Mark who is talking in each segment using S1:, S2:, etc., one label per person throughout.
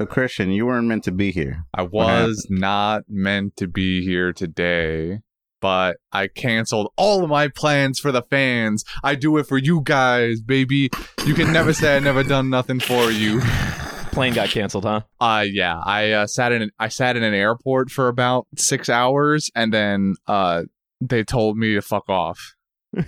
S1: So Christian, you weren't meant to be here.
S2: I was not meant to be here today, but I canceled all of my plans for the fans. I do it for you guys, baby. You can never say I never done nothing for you.
S3: Plane got canceled, huh?
S2: Uh yeah, I uh, sat in an, I sat in an airport for about 6 hours and then uh they told me to fuck off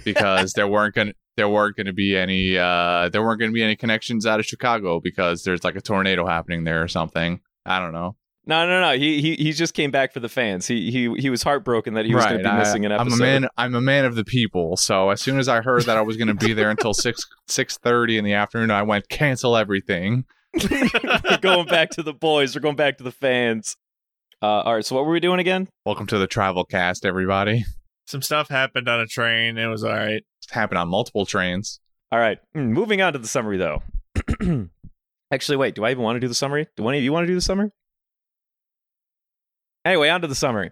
S2: because there weren't going to there weren't going to be any uh there weren't going to be any connections out of Chicago because there's like a tornado happening there or something. I don't know.
S3: No, no, no. He he, he just came back for the fans. He he he was heartbroken that he was going to be missing an
S2: I,
S3: episode.
S2: I'm a man. I'm a man of the people. So as soon as I heard that I was going to be there until six six thirty in the afternoon, I went cancel everything.
S3: we're going back to the boys. We're going back to the fans. Uh, all right. So what were we doing again?
S2: Welcome to the travel cast, everybody.
S4: Some stuff happened on a train. It was all right.
S2: It's happened on multiple trains.
S3: All right. mm, Moving on to the summary, though. Actually, wait. Do I even want to do the summary? Do one of you want to do the summary? Anyway, on to the summary.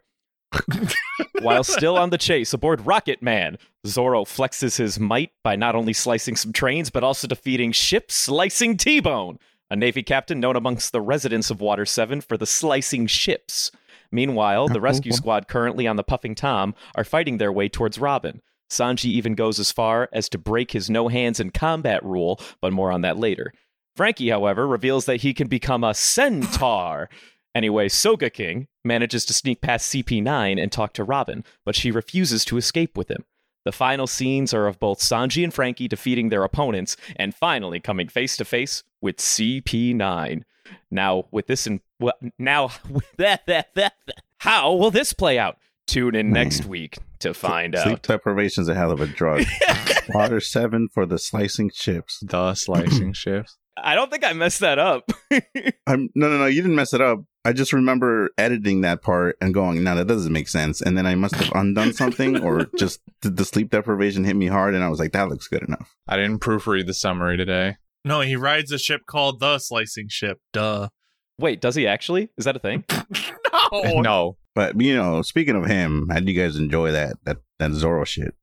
S3: While still on the chase aboard Rocket Man, Zoro flexes his might by not only slicing some trains, but also defeating ship Slicing T Bone, a Navy captain known amongst the residents of Water 7 for the slicing ships. Meanwhile, the rescue squad currently on the Puffing Tom are fighting their way towards Robin. Sanji even goes as far as to break his no hands in combat rule, but more on that later. Frankie, however, reveals that he can become a centaur. Anyway, Soga King manages to sneak past CP9 and talk to Robin, but she refuses to escape with him. The final scenes are of both Sanji and Frankie defeating their opponents and finally coming face to face with CP9. Now, with this in well, now that that that how will this play out? Tune in next week to find
S1: Sleep
S3: out.
S1: deprivation's a hell of a drug. Water seven for the slicing chips.
S2: The slicing shift.
S3: I don't think I messed that up.
S1: I'm no no no. You didn't mess it up. I just remember editing that part and going, no, that doesn't make sense. And then I must have undone something, or just the, the sleep deprivation hit me hard, and I was like, that looks good enough.
S2: I didn't proofread the summary today.
S4: No, he rides a ship called the Slicing Ship. Duh.
S3: Wait, does he actually? Is that a thing?
S4: No.
S2: No,
S1: But you know, speaking of him, how do you guys enjoy that that that Zoro shit?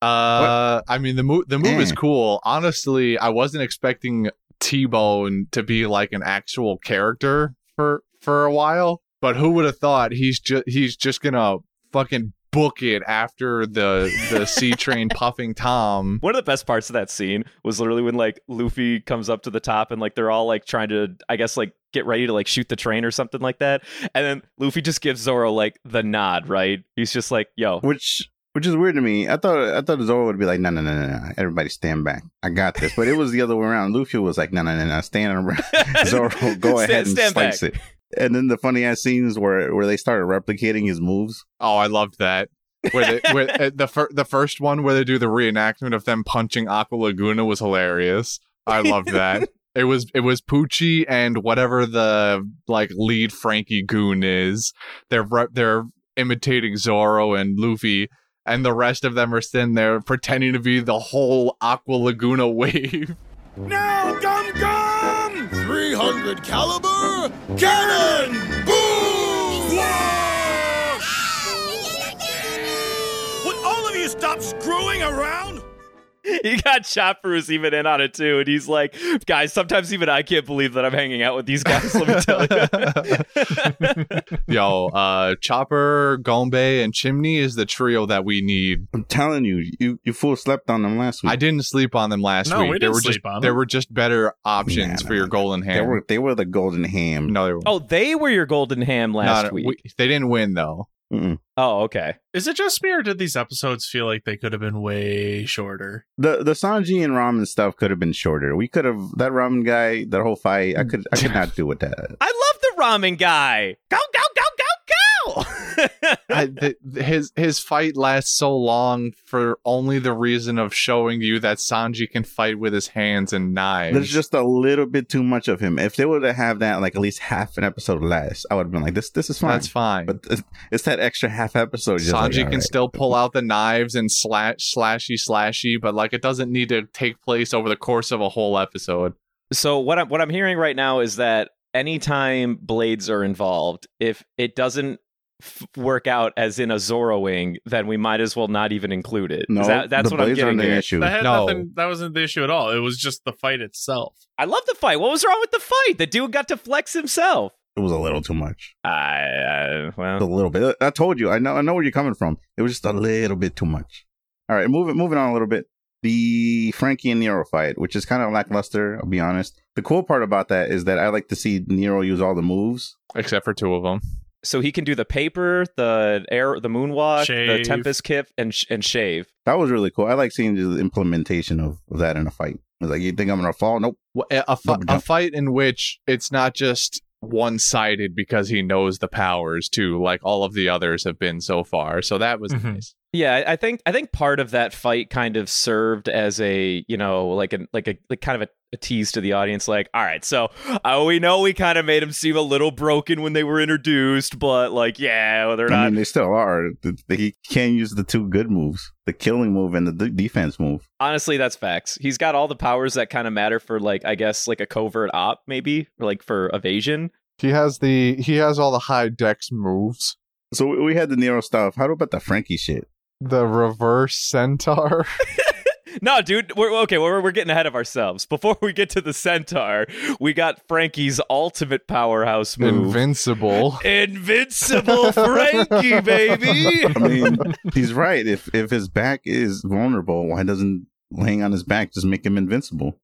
S2: Uh, I mean the move. The move is
S1: Mm.
S2: cool. Honestly, I wasn't expecting T Bone to be like an actual character for for a while. But who would have thought he's just he's just gonna fucking book it after the the C train puffing Tom.
S3: One of the best parts of that scene was literally when like Luffy comes up to the top and like they're all like trying to I guess like get ready to like shoot the train or something like that. And then Luffy just gives Zoro like the nod, right? He's just like, "Yo,
S1: Which which is weird to me. I thought I thought Zoro would be like, no no no no, no, everybody stand back. I got this. But it was the other way around. Luffy was like, no no no no, stand around. Zoro, go
S3: Stand-
S1: ahead and
S3: stand
S1: slice
S3: back.
S1: it. And then the funny ass scenes where where they started replicating his moves.
S2: Oh, I loved that. Where, they, where uh, the fir- the first one where they do the reenactment of them punching Aqua Laguna was hilarious. I loved that. It was it was Poochie and whatever the like lead Frankie goon is. They're re- they're imitating Zorro and Luffy, and the rest of them are sitting there pretending to be the whole Aqua Laguna wave.
S5: Now, Gum Gum! 300 caliber cannon! Boom! Would all of you stop screwing around?
S3: He got Chopper's even in on it too, and he's like, "Guys, sometimes even I can't believe that I'm hanging out with these guys." Let me tell you.
S2: Yo, uh, Chopper, Gombe, and Chimney is the trio that we need
S1: I'm telling you, you you fool slept on them last week.
S2: I didn't sleep on them last
S4: No,
S2: week.
S4: we
S2: there
S4: didn't
S2: were
S4: sleep
S2: just,
S4: on them.
S2: There were just better options
S1: Nah,
S2: for
S1: nah,
S2: your
S1: nah.
S2: golden
S1: they
S2: ham.
S1: were they were the golden ham.
S2: no, they were.
S3: oh, they were your golden ham last
S2: not-
S3: week.
S2: we- they didn't win though.
S1: Mm-mm.
S3: oh, okay.
S4: Is it just me or did these episodes feel like they could have been way shorter?
S1: The the Sanji and ramen stuff could have been shorter. We could have that ramen guy, that whole fight. I could I could not do with that.
S3: I love the ramen guy. Go go go go go.
S2: I, th- his his fight lasts so long for only the reason of showing you that Sanji can fight with his hands and knives.
S1: There's just a little bit too much of him. If they were to have that like at least half an episode less, I would have been like, this this is fine.
S2: that's fine.
S1: But th- it's that extra half episode. just like,
S2: Sanji
S1: all
S2: can
S1: right.
S2: still pull out the knives and slash slashy slashy, but like it doesn't need to take place over the course of a whole episode.
S3: so what I'm what I'm hearing right now is that anytime blades are involved, if it doesn't f- work out as in a Zoroing, then we might as well not even include it.
S1: No,
S3: Is that- that's
S1: the
S3: what I'm
S1: blades aren't
S3: getting
S1: an
S3: at.
S1: issue.
S4: That had
S2: No.
S4: nothing. That wasn't the issue at all. It was just the fight itself.
S3: I love the fight. What was wrong with the fight? The dude got to flex himself.
S1: It was a little too much.
S3: I, I well,
S1: A little bit. I told you. I know. I know where you're coming from. It was just a little bit too much. All right, moving moving on a little bit. The Frankie and Nero fight, which is kind of lackluster. I'll be honest. The cool part about that is that I like to see Nero use all the moves.
S2: except for two of them.
S3: so he can do the paper, the air, the moonwalk, the
S4: Shave.
S3: tempest kick, and sh- and shave.
S1: That was really cool. I like seeing the implementation of that in a fight. It's like you think I'm gonna fall? Nope.
S2: Wh- A, a, fi-
S1: Double
S2: a
S1: jump.
S2: fight in which it's not just one sided because he knows the powers too, like all of the others have been so far. So that was
S4: Mhm.
S2: nice.
S3: Yeah, I- I think I think part of that fight kind of served as a you know like an like a like kind of a, a tease to the audience. Like, all right, so uh, we know we kind of made him seem a little broken when they were introduced, but like, yeah, well, they're
S1: I
S3: not.
S1: mean, they still are. Th- th- He can use the two good moves: the killing move and the de- defense move.
S3: Honestly, that's facts. He's got all the powers that kind of matter for like I guess like a covert op, maybe or like for evasion.
S2: He has the he has all the high dex moves.
S1: So we- we had the Nero stuff. How about the Frankie shit?
S2: The reverse centaur.
S3: No, dude, we're okay. We're, we're getting ahead of ourselves. Before we get to the centaur, we got Frankie's ultimate powerhouse move.
S2: Invincible.
S3: Invincible Frankie, baby.
S1: I mean, he's right. If if his back is vulnerable, why doesn't laying on his back just make him invincible?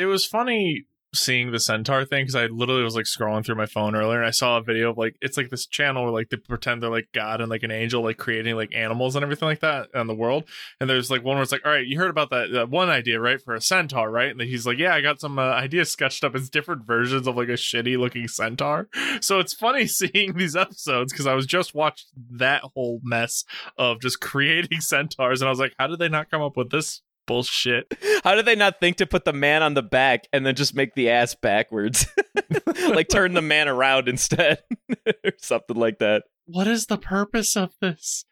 S4: It was funny seeing the centaur thing because I literally was like scrolling through my phone earlier and I saw a video of like it's like this channel where like they pretend they're like God and like an angel like creating like animals and everything like that in the world. And there's like one where it's like, all right, you heard about that, that one idea right for a centaur, right? And he's like, yeah, I got some uh, ideas sketched up as different versions of like a shitty looking centaur. So it's funny seeing these episodes because I was just watched that whole mess of just creating centaurs and I was like, how did they not come up with this bullshit?
S3: How did they not think to put the man on the back and then just make the ass backwards? like turn the man around instead or something like that.
S4: what is the purpose of this?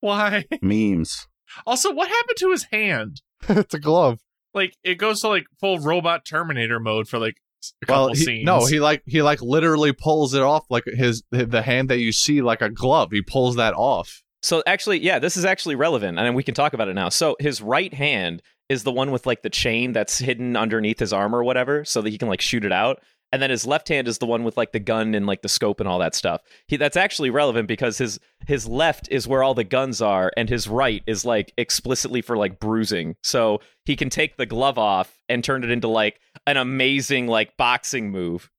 S4: Why?
S1: Memes.
S4: Also, what happened to his hand?
S2: it's a glove.
S4: Like it goes to like full robot Terminator mode for like s- a couple
S2: Well, he,
S4: scenes.
S2: no, he like he like literally pulls it off like his the hand that you see like a glove. He pulls that off.
S3: So actually, yeah, this is actually relevant and we can talk about it now. So his right hand is the one with like the chain that's hidden underneath his arm or whatever so that he can like shoot it out. And then his left hand is the one with like the gun and like the scope and all that stuff. He that's actually relevant because his his left is where all the guns are and his right is like explicitly for like bruising. So he can take the glove off and turn it into like an amazing like boxing move.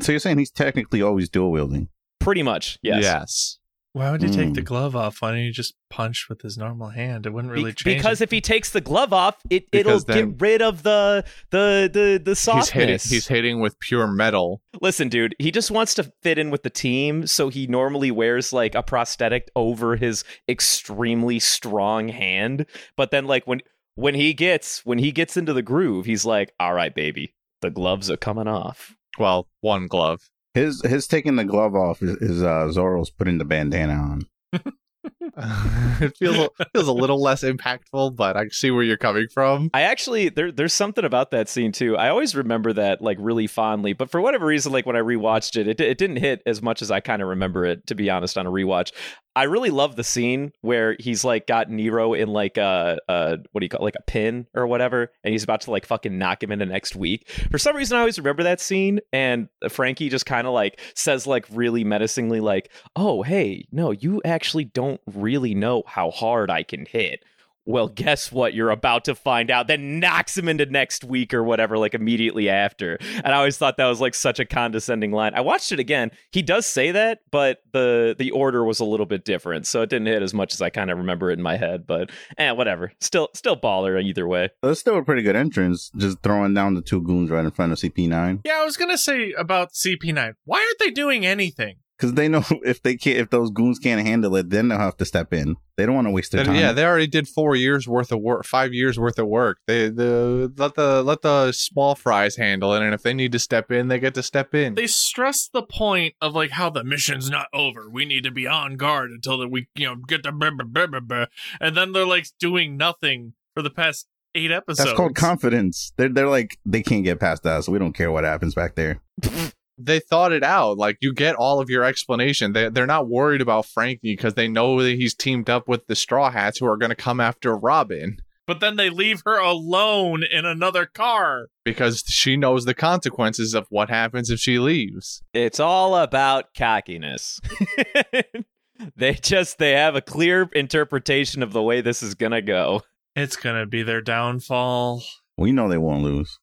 S1: So you're saying he's technically always dual wielding?
S3: Pretty much. Yes.
S2: Yes.
S4: Why would he take the
S1: Mm.
S4: glove off? Why don't you just punch with his normal hand? It wouldn't
S3: Be-
S4: really change.
S3: because
S4: it.
S3: if he takes the glove off, it
S2: Because
S3: it'll
S2: then-
S3: get rid of the the the the
S2: He's hitting,
S3: softness.
S2: he's hitting with pure metal.
S3: Listen, dude, he just wants to fit in with the team, so he normally wears like a prosthetic over his extremely strong hand. But then, like when when he gets when he gets into the groove, he's like, "All right, baby, the gloves are coming off."
S2: Well, one glove.
S1: His his taking the glove off is, is uh, Zoro's putting the bandana on.
S2: it feels a, feels a little less impactful, but I see where you're coming from.
S3: I actually there there's something about that scene too. I always remember that like really fondly, but for whatever reason, like when I rewatched it, it di- it didn't hit as much as I kind of remember it. To be honest, on a rewatch, I really love the scene where he's like got Nero in like a, a what do you call it? like a pin or whatever, and he's about to like fucking knock him into next week. For some reason, I always remember that scene, and uh, Frankie just kind of like says like really menacingly like, "Oh hey, no, you actually don't really know how hard I can hit." Well, guess what? You're about to find out. Then knocks him into next week or whatever, like immediately after. And I always thought that was like such a condescending line. I watched it again. He does say that, but the the order was a little bit different, so it didn't hit as much as I kind of remember it in my head. But eh, whatever. Still, still baller either way.
S1: That's still a pretty good entrance, just throwing down the two goons right in front of CP9
S4: yeah, I was gonna say about CP9. Why aren't they doing anything?
S1: because they know if they can't, if those goons can't handle it, then they'll have to step in. They don't want to waste their
S2: Then,
S1: time.
S2: yeah, they already did four years worth of work, five years worth of work. They the let the let the small fries handle it, and if they need to step in, they get to step in.
S4: They stress the point of like how the mission's not over. We need to be on guard until that we you know get the blah, blah, blah, blah, blah. and then they're like doing nothing for the past eight episodes.
S1: That's called confidence. They're they're like they can't get past us. We don't care what happens back there.
S2: they thought it out. Like you get all of your explanation. They they're not worried about Frankie because they know that he's teamed up with the Straw Hats who are going to come after Robin
S4: But then they leave her alone in another car.
S2: because she knows the consequences of what happens if she leaves.
S3: It's all about cockiness. they just they have a clear interpretation of the way this is going to go.
S4: It's gonna be their downfall.
S1: We know they won't lose.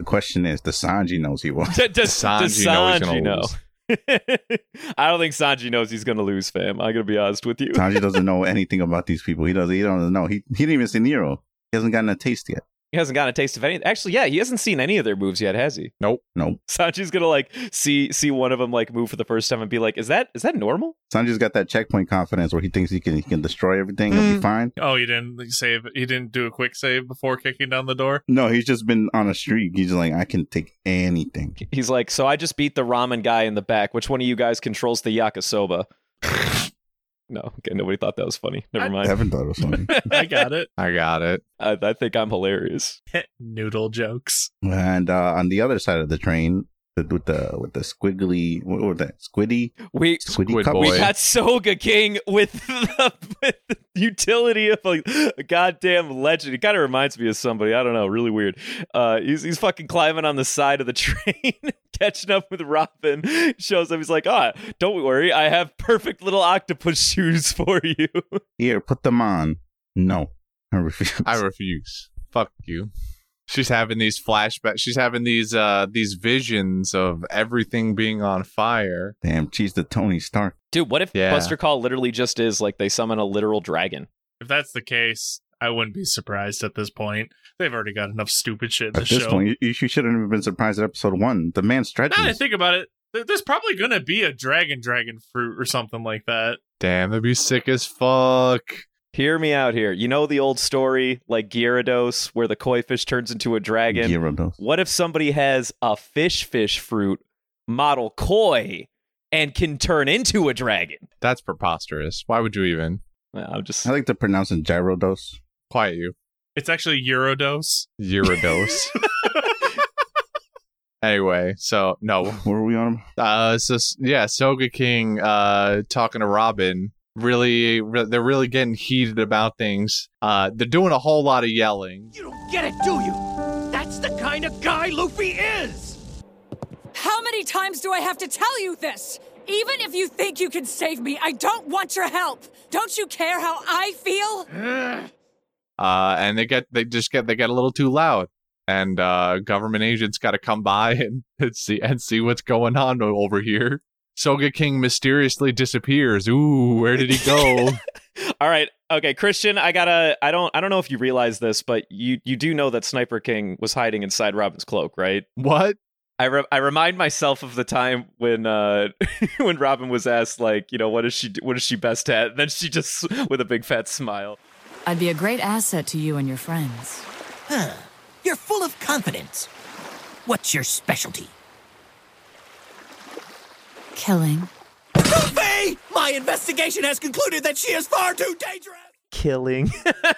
S1: The question is, does Sanji knows he won't?
S3: Does, does
S2: Sanji knows he's
S3: Sanji
S2: gonna
S3: know?
S2: lose.
S3: I don't think Sanji knows he's going to lose, fam. I'm going to be honest with you.
S1: Sanji doesn't know anything about these people. He doesn't. He doesn't know. He he didn't even see Nero. He hasn't gotten a taste yet.
S3: He hasn't gotten a taste of any. Actually, yeah, he hasn't seen any of their moves yet, has he?
S1: Nope.
S3: Sanji's going to like see see one of them like move for the first time and be like, "Is that is that normal?"
S1: Sanji's got that checkpoint confidence where he thinks he can he can destroy everything. He'll
S2: Mm.
S1: be fine.
S4: Oh, he didn't save. He didn't do a quick save before kicking down the door.
S1: No, he's just been on a streak. He's like, I can take anything.
S3: He's like, "So I just beat the ramen guy in the back. Which one of you guys controls the yakisoba?" no, okay, nobody thought that was funny. Never
S1: I
S3: mind.
S1: haven't thought of something.
S4: I got it.
S2: I got it.
S3: I, I think I'm hilarious.
S4: Noodle jokes.
S1: and uh, on the other side of the train, the, with the with the squiggly, what was that? Squiddy,
S3: We
S1: squiddy
S2: Squid
S1: cup.
S2: boy.
S3: we got Soga King with the, with the utility of a, goddamn legend. It kind of reminds me of somebody. I don't know. Really weird. Uh, he's he's fucking climbing on the side of the train, catching up with Robin. Shows up. He's like, ah, don't worry, I have perfect little octopus shoes for you.
S1: Here, put them on. No, I refuse.
S2: I refuse. Fuck you. She's having these flashbacks. She's having these uh these visions of everything being on fire.
S1: Damn, she's the Tony Stark.
S3: Dude, what if
S2: Yeah.
S3: Buster Call literally just is like they summon a literal dragon?
S4: If that's the case, I wouldn't be surprised at this point. They've already got enough stupid shit in the
S1: At this
S4: show.
S1: point, you, you shouldn't have been surprised at episode one. The man
S4: now that I
S1: stretches.
S4: think about it, th- there's probably gonna be a dragon, dragon fruit or something like that.
S2: Damn, that'd be sick as fuck.
S3: Hear me out here. You know the old story, like Gyarados, where the koi fish turns into a dragon.
S1: Gyarados.
S3: What if somebody has a fish fish fruit model koi and can turn into a dragon?
S2: That's preposterous. Why would you even
S3: Well, I'm just
S1: I like to pronounce it Gyarados.
S2: quiet you?
S4: It's actually Eurodose.
S2: Gyarados. anyway, so no,
S1: Where were we on?
S2: Uh, so s- yeah, Soga King, uh, talking to Robin. Really, re- they're really getting heated about things. Uh, they're doing a whole lot of yelling.
S5: You don't get it, do you? That's the kind of guy Luffy is!
S6: How many times do I have to tell you this? Even if you think you can save me, I don't want your help. Don't you care how I feel?
S2: Uh, and they get they just get they get a little too loud, and uh, government agents got to come by and, and see and see what's going on o- over here. Soga King mysteriously disappears. Ooh, where did he go?
S3: All right. Okay, Christian, I gotta I don't I don't know if you realize this, but you you do know that Sniper King was hiding inside Robin's cloak, right?
S2: what?
S3: I, re- I remind myself of the time when uh, when Robin was asked like you know what is she what is she best at and then she just with a big fat smile
S7: I'd be a great asset to you and your friends.
S5: Huh. You're full of confidence. What's your specialty?
S7: Killing.
S5: Luffy! My investigation has concluded that she is far too dangerous!
S3: killing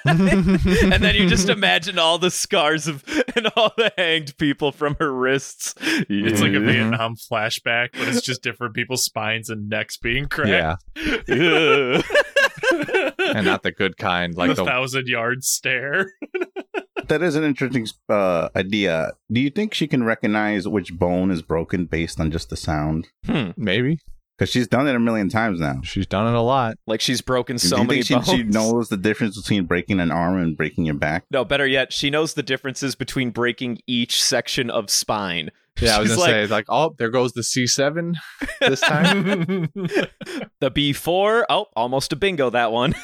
S3: and then you just imagine all the scars of and all the hanged people from her wrists
S4: It's like a Vietnam flashback, but it's just different people's spines and necks being cracked.
S2: Yeah,
S3: Ugh.
S2: and not the good kind,
S4: Like
S2: like
S4: the
S2: the
S4: thousand yard stare.
S1: That is an interesting uh, idea. Do you think she can recognize which bone is broken based on just the sound?
S2: maybe
S1: Because she's done it a million times now.
S2: she's done it a lot.
S3: like she's broken so
S1: Do you
S3: many
S1: think she,
S3: bones
S1: she knows the difference between breaking an arm and breaking your back?
S3: no better yet she knows the differences between breaking each section of spine
S2: Yeah, I was
S3: She's
S2: gonna
S3: like,
S2: say like, oh, there goes the C seven this time.
S4: Oh
S3: the before oh almost a bingo that one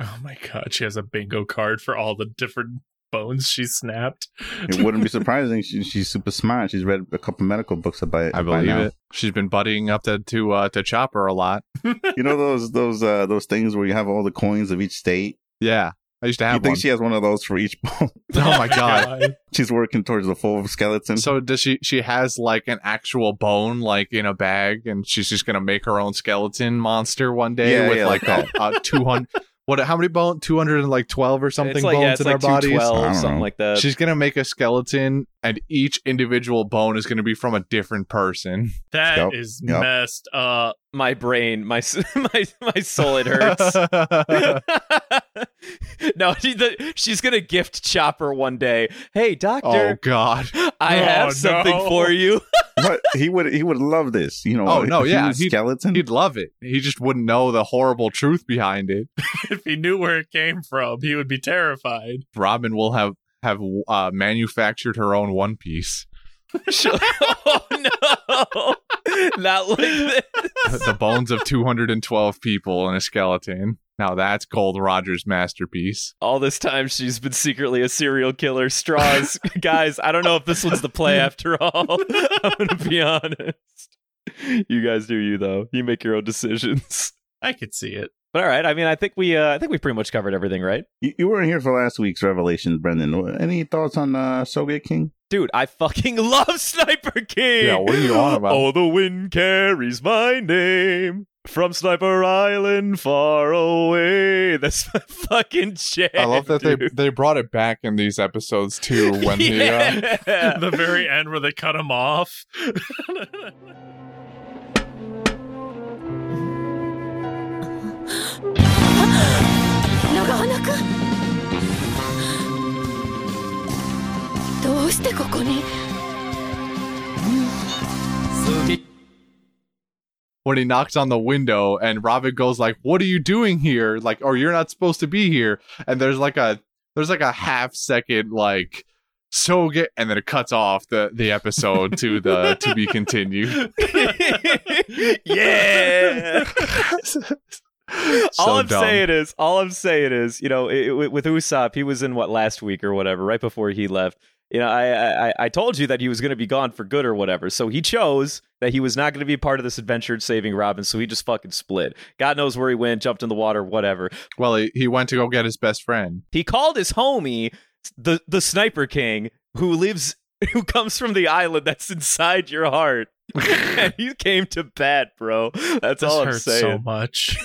S4: Oh my god, she has a bingo card for all the different bones she snapped.
S1: It wouldn't be surprising. She, she's super smart. She's read a couple medical books about it. by
S2: I believe
S1: now.
S2: it. She's been buddying up to to, uh, to Chopper a lot.
S1: You know those those uh, those things where you have all the coins of each state.
S2: Yeah, I used to
S1: you
S2: have
S1: think
S2: one.
S1: she has one of those for each bone?
S2: oh my god!
S1: she's working towards the full skeleton.
S2: So does she? She has like an actual bone, like in a bag, and she's just gonna make her own skeleton monster one day
S1: Yeah,
S2: with
S1: yeah,
S2: like
S1: like
S2: a, a two hundred What? How many bones? Two hundred and like twelve or something
S3: it's like,
S2: bones
S3: yeah, it's
S2: in
S3: like
S2: our bodies.
S3: 212,
S1: I don't
S3: something
S1: know.
S3: like that.
S2: She's gonna make a skeleton, and each individual bone is gonna be from a different person.
S1: Yep,
S4: That is
S1: yep.
S4: messed up.
S3: my brain, my s- my my soul, it hurts. no, she, the, she's gonna gift Chopper one day. Hey,
S2: oh
S3: doctor,
S2: God.
S3: I
S4: Oh,
S3: have something
S4: no.
S3: for you.
S1: but he would he would love this, you know.
S2: Oh, no,
S1: if he
S2: yeah,
S1: was
S2: he'd-
S1: skeleton.
S2: He'd love it. He just wouldn't know the horrible truth behind it.
S4: if he knew where it came from, he would be terrified.
S2: Robin will have have uh, manufactured her own One Piece.
S3: She'll- oh no, not like this.
S2: the bones of 212 people in a skeleton. Now that's Gold Roger's masterpiece.
S3: All this time, she's been secretly a serial killer. Straws, guys. I don't know if this one's the play after all. I'm gonna be honest. You guys do you though. You make your own decisions.
S4: I could see it.
S3: But all right, I mean, I think we, uh, I think we pretty much covered everything, right?
S1: You, you weren't here for last week's revelation, Brendan. Any thoughts on uh, Soviet King?
S3: Dude, I fucking love Sniper King.
S2: Yeah, what are you on about?
S3: Oh, the wind carries my name from Sniper Island far away. That's my fucking jam.
S2: I love that they
S3: dude.
S2: they brought it back in these episodes too when the uh,
S3: Yeah.
S4: The very end where they cut him off.
S2: when he knocks on the window and Robin goes like, "What are you doing here?" Like, "Or you're not supposed to be here." And there's like a there's like a half second like so get and then it cuts off the the episode to the to be continued.
S3: yeah. all
S2: So
S3: I'm
S2: dumb.
S3: saying is, all I'm saying is, you know, it, it- with Usopp, he was in what last week or whatever, right before he left. You know, I I- I, I told you that he was going to be gone for good or whatever. So he chose that he was not going to be part of this adventure in saving Robin. So he just fucking split. God knows where he went, jumped in the water, whatever.
S2: Well, he, he went to go get his best friend.
S3: He called his homie the the Sniper King, who lives, who comes from the island that's inside your heart. and he came to bat, bro. That's
S4: this
S3: all I'm
S4: hurts
S3: saying.
S4: so much.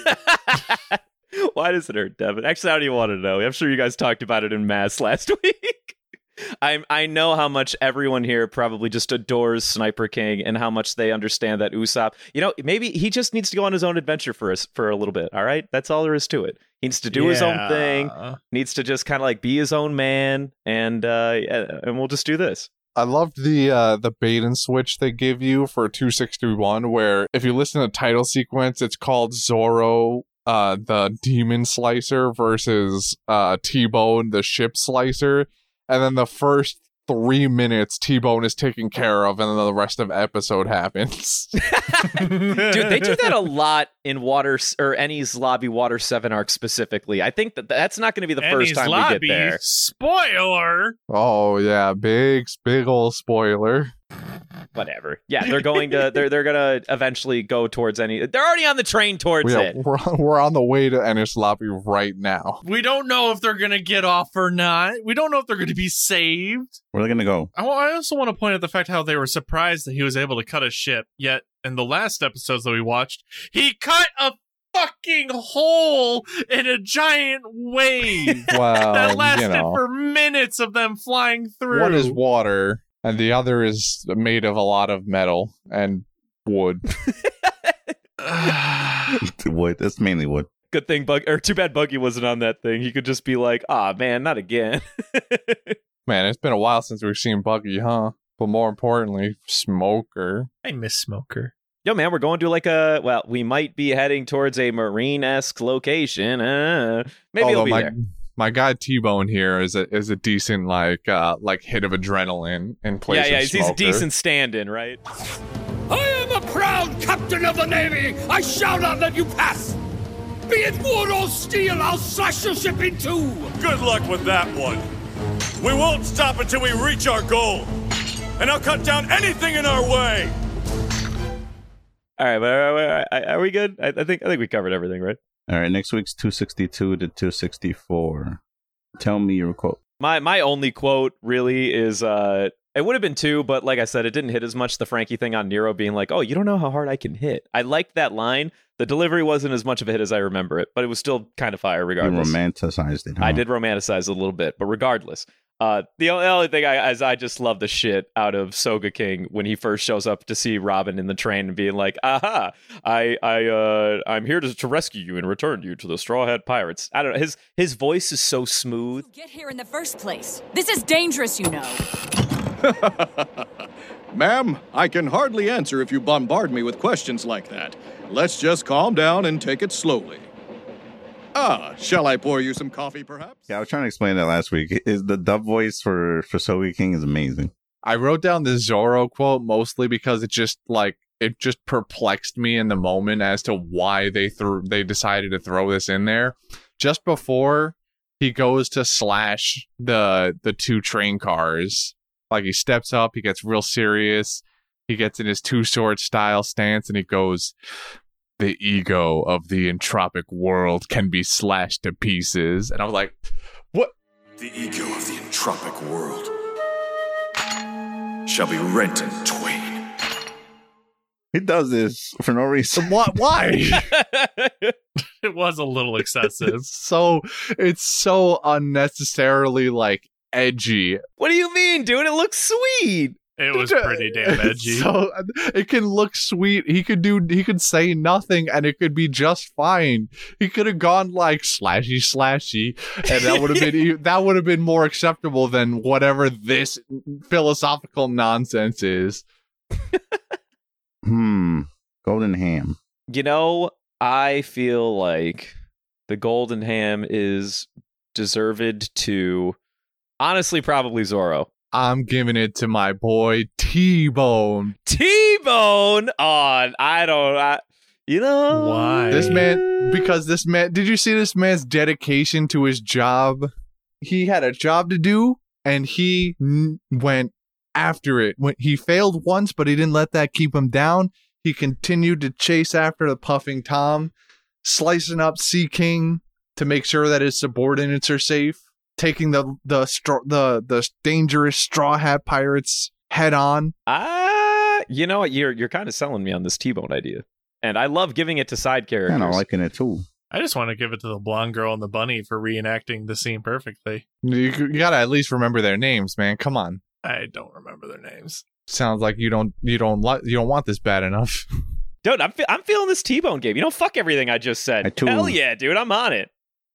S3: Why does it hurt, Devin? Actually, I don't even want to know. I'm sure you guys talked about it in mass last week. I I know how much everyone here probably just adores Sniper King and how much they understand that Usopp. You know, maybe he just needs to go on his own adventure for us for a little bit. All right, that's all there is to it. He needs to do his own thing.
S4: Yeah.
S3: Needs to just kind of like be his own man, and uh, yeah, and we'll just do this.
S2: I loved the uh, the bait and switch they give you for 261, where if you listen to the title sequence, it's called Zorro, uh, the Demon Slicer versus uh, T Bone, the Ship Slicer, and then the first three minutes T Bone is taken care of, and then the rest of episode happens.
S3: Dude, they do that a lot in Water s- or Any's Lobby Water Seven arc specifically. I think that that's not going to be the
S4: Annie's
S3: first time
S4: lobby,
S3: we get there.
S4: Spoiler.
S2: oh yeah, big big old spoiler.
S3: whatever. Yeah, they're going to they're they're gonna eventually go towards any. They're already on the train towards
S2: We are,
S3: it.
S2: we're on, we're on the way to Ennis Lobby right now.
S4: We don't know if they're gonna get off or not. We don't know if they're gonna be saved.
S1: Where are they gonna go?
S4: I, wa- I also want to point out the fact how they were surprised that he was able to cut a ship. Yet in the last episodes that we watched, he cut a fucking hole in a giant wave
S2: Wow,
S4: that lasted
S2: Uh, you know.
S4: for minutes of them flying through.
S2: One is water, and the other is made of a lot of metal and wood.
S1: Wood. That's mainly wood.
S3: Good thing Bug or too bad Buggy wasn't on that thing. He could just be like, ah man, not again.
S2: Man, it's been a while since we've seen Buggy, huh? But more importantly, Smoker.
S4: I miss Smoker.
S3: Yo man, we're going to like a well, we might be heading towards a marine esque location. Uh, maybe it'll be
S2: my
S3: there.
S2: my guy T Bone here is a is a decent like uh like hit of adrenaline in place.
S3: Yeah, yeah,
S2: of
S3: he's, he's a
S2: Smoker.
S3: decent stand-in, right?
S5: I am a proud captain of the Navy! I shall not let you pass! Be it wood or steel, I'll slash your ship in two!
S8: Good luck with that one. We won't stop until we reach our goal. And I'll cut down anything in our way.
S3: All right, but are, are, are we good? I, I think I think we covered everything, right?
S1: All right, next week's two sixty two to two sixty four. Tell me your quote.
S3: My my only quote really is uh It would have been two, but like I said, it didn't hit as much. The Frankie thing on Nero being like, "Oh, you don't know how hard I can hit." I liked that line. The delivery wasn't as much of a hit as I remember it, but it was still kind of fire
S1: You
S3: regardless.
S1: romanticized it. huh?
S3: I did romanticize it a little bit, but regardless, uh, the only, the only thing I is I just love the shit out of Soga King when he first shows up to see Robin in the train and being like, "Aha! I I uh, I'm here to, to rescue you and return you to the Straw Hat Pirates." I don't know. His his voice is so smooth.
S6: Get here in the first place. This is dangerous, you know.
S9: Ma'am, I can hardly answer if you bombard me with questions like that. Let's just calm down and take it slowly. Ah, shall I pour you some coffee, perhaps?
S1: Yeah, I was trying to explain that last week. Is the dub voice for for Sogi King is amazing.
S2: I wrote down the Zorro quote mostly because it just like it just perplexed me in the moment as to why they threw they decided to throw this in there just before he goes to slash the the two train cars. Like he steps up, he gets real serious. He gets in his two sword style stance and he goes the ego of the entropic world can be slashed to pieces. And I was like, "What?
S8: The ego of the entropic world shall be rent in twain.
S1: He does this for no reason.
S2: What? Why?"
S4: It was a little excessive.
S2: it's so it's so unnecessarily like edgy.
S3: What do you mean, dude? It looks sweet.
S4: It was pretty damn edgy.
S2: So it can look sweet. He could do he could say nothing and it could be just fine. He could have gone like slashy slashy and that would have been e- that would have been more acceptable than whatever this philosophical nonsense is.
S1: Hmm. Golden ham.
S3: You know, I feel like the golden ham is deserved to honestly probably Zorro.
S2: I'm giving it to my boy T-Bone.
S3: T-Bone on. I don't. I, you know
S4: Why?
S2: This man, because this man, did you see this man's dedication to his job? He had a job to do and he n- went after it. When he failed once, but he didn't let that keep him down. He continued to chase after the puffing Tom, slicing up Sea King to make sure that his subordinates are safe, taking the the str- the the dangerous straw hat pirates head on.
S3: Ah, you know what? You're you're kind of selling me on this T-Bone idea, and I love giving it to side characters.
S1: Kind of liking it too.
S4: I just want to give it to the blonde girl and the bunny for reenacting the scene perfectly.
S2: You, you gotta at least remember their names, man. Come on.
S4: I don't remember their names.
S2: sounds like you don't you don't like you don't want this bad enough.
S3: dude, I'm fe- I'm feeling this T-Bone game. You know, fuck everything I just said.
S1: I too.
S3: Hell yeah, dude, I'm on it.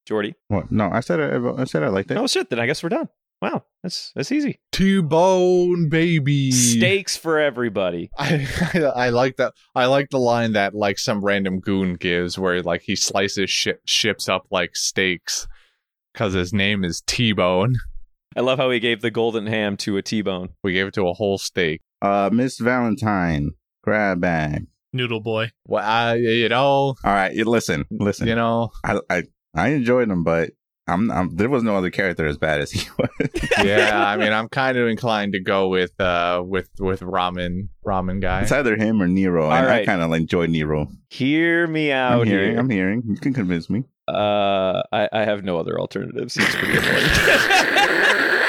S3: Jordy,
S1: What? No, I said I, I said I liked it.
S3: oh shit, then I guess we're done. Wow, that's that's easy.
S2: T bone baby.
S3: Stakes for everybody.
S2: I, I I like that. I like the line that like some random goon gives where like he slices ship, ships up like steaks because his name is T bone.
S3: I love how he gave the golden ham to a T-Bone.
S2: We gave it to a whole steak.
S1: Uh, Miss Valentine, grab bag.
S4: Noodle boy.
S2: Well, I, you know,
S1: All right, you listen, listen.
S2: you know,
S1: I, I I enjoyed him, but I'm, I'm there was no other character as bad as he was.
S2: yeah. I mean, I'm kind of inclined to go with uh with with ramen ramen guy.
S1: it's either him or Nero, and
S3: All
S1: I
S3: right.
S1: kind of enjoyed Nero.
S3: Hear me out
S1: I'm hearing,
S3: here.
S1: I'm hearing. You can convince me.
S3: Uh, I, I have no other alternatives. He's pretty annoying.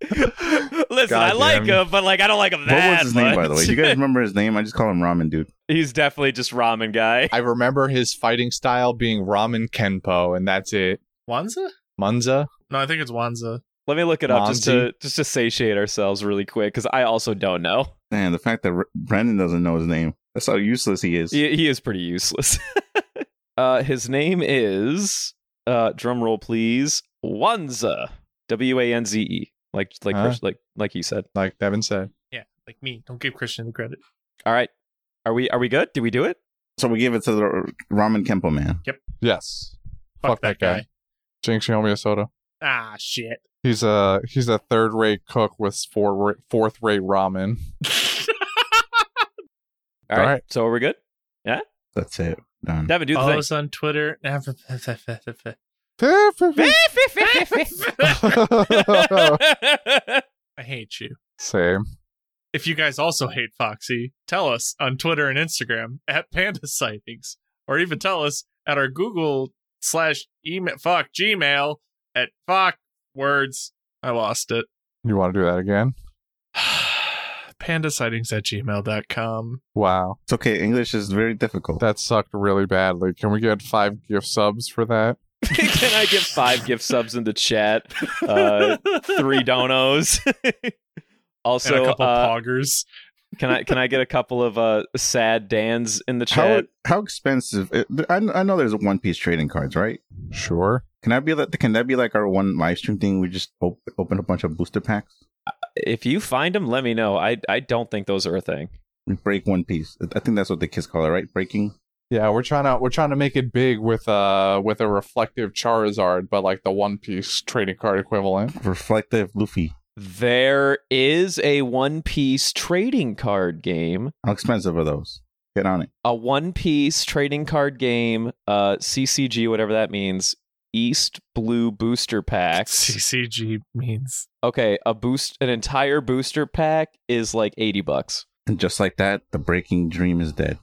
S3: Listen, I
S2: Goddamn.
S3: like him, but like I don't like him that
S1: what was his name, by the way?
S3: much.
S1: Do you guys remember his name? I just call him Ramen Dude.
S3: He's definitely just ramen guy.
S2: I remember his fighting style being ramen kenpo, and that's it.
S4: Wanza?
S2: Munza.
S4: No, I think it's Wanza.
S3: Let me look it up just to
S2: Monty.
S3: just to satiate ourselves really quick because I also don't know.
S1: Man, the fact that R- Brandon doesn't know his name. That's how useless he is.
S3: He, he is pretty useless. uh, his name is uh, drum roll please. Wanza, W A N Z E, like like
S2: Huh?
S3: Chris- like like he said.
S2: like Devin said.
S4: Yeah, like me. Don't give Christian the credit.
S3: All right, are we are we good? Did we do it?
S1: So we give it to the R- Ramen Kempo man.
S2: Yes.
S4: Fuck, that guy.
S2: Jinx Yomi Soda.
S4: Ah, shit.
S2: He's a he's a third rate cook with four fourth rate ramen.
S3: All right.
S2: All right.
S3: So are we good?
S1: That's it. Done.
S3: Devin, do the
S4: Follow
S3: thing.
S4: us on Twitter. I hate you.
S2: Same.
S4: If you guys also hate Foxy, tell us on Twitter and Instagram at Panda Sightings, or even tell us at our Google slash email fuck Gmail at fuck words. I lost it.
S2: You want to do that again?
S4: pandasightings at gmail.com.
S2: Wow.
S1: It's okay. English is very difficult.
S2: That sucked really badly. Can we get five gift subs for that?
S3: Can I get five gift subs in the chat? Uh, three donos.
S4: And a
S3: also,
S4: couple
S3: uh,
S4: poggers.
S3: can I can I get a couple of uh, sad Dan's in the
S1: How
S3: chat?
S1: how expensive? It, I, I know there's One Piece trading cards, right?
S2: Sure.
S1: Can that be like can that be like our one live stream thing? We just op- open a bunch of booster packs.
S3: if you find them, let me know. I I don't think those are a thing.
S1: We break One Piece. I think that's what the kids call it, right? Breaking.
S2: Yeah, we're trying to we're trying to make it big with uh with a reflective Charizard, but like the One Piece trading card equivalent.
S1: Reflective Luffy.
S3: There is a One Piece trading card game.
S1: How expensive are those? Get on it.
S3: A One Piece trading card game, uh, CCG, whatever that means. East Blue Booster Packs.
S4: CCG means
S3: Okay, a boost, an entire booster pack is like eighty bucks.
S1: And just like that, the breaking dream is dead.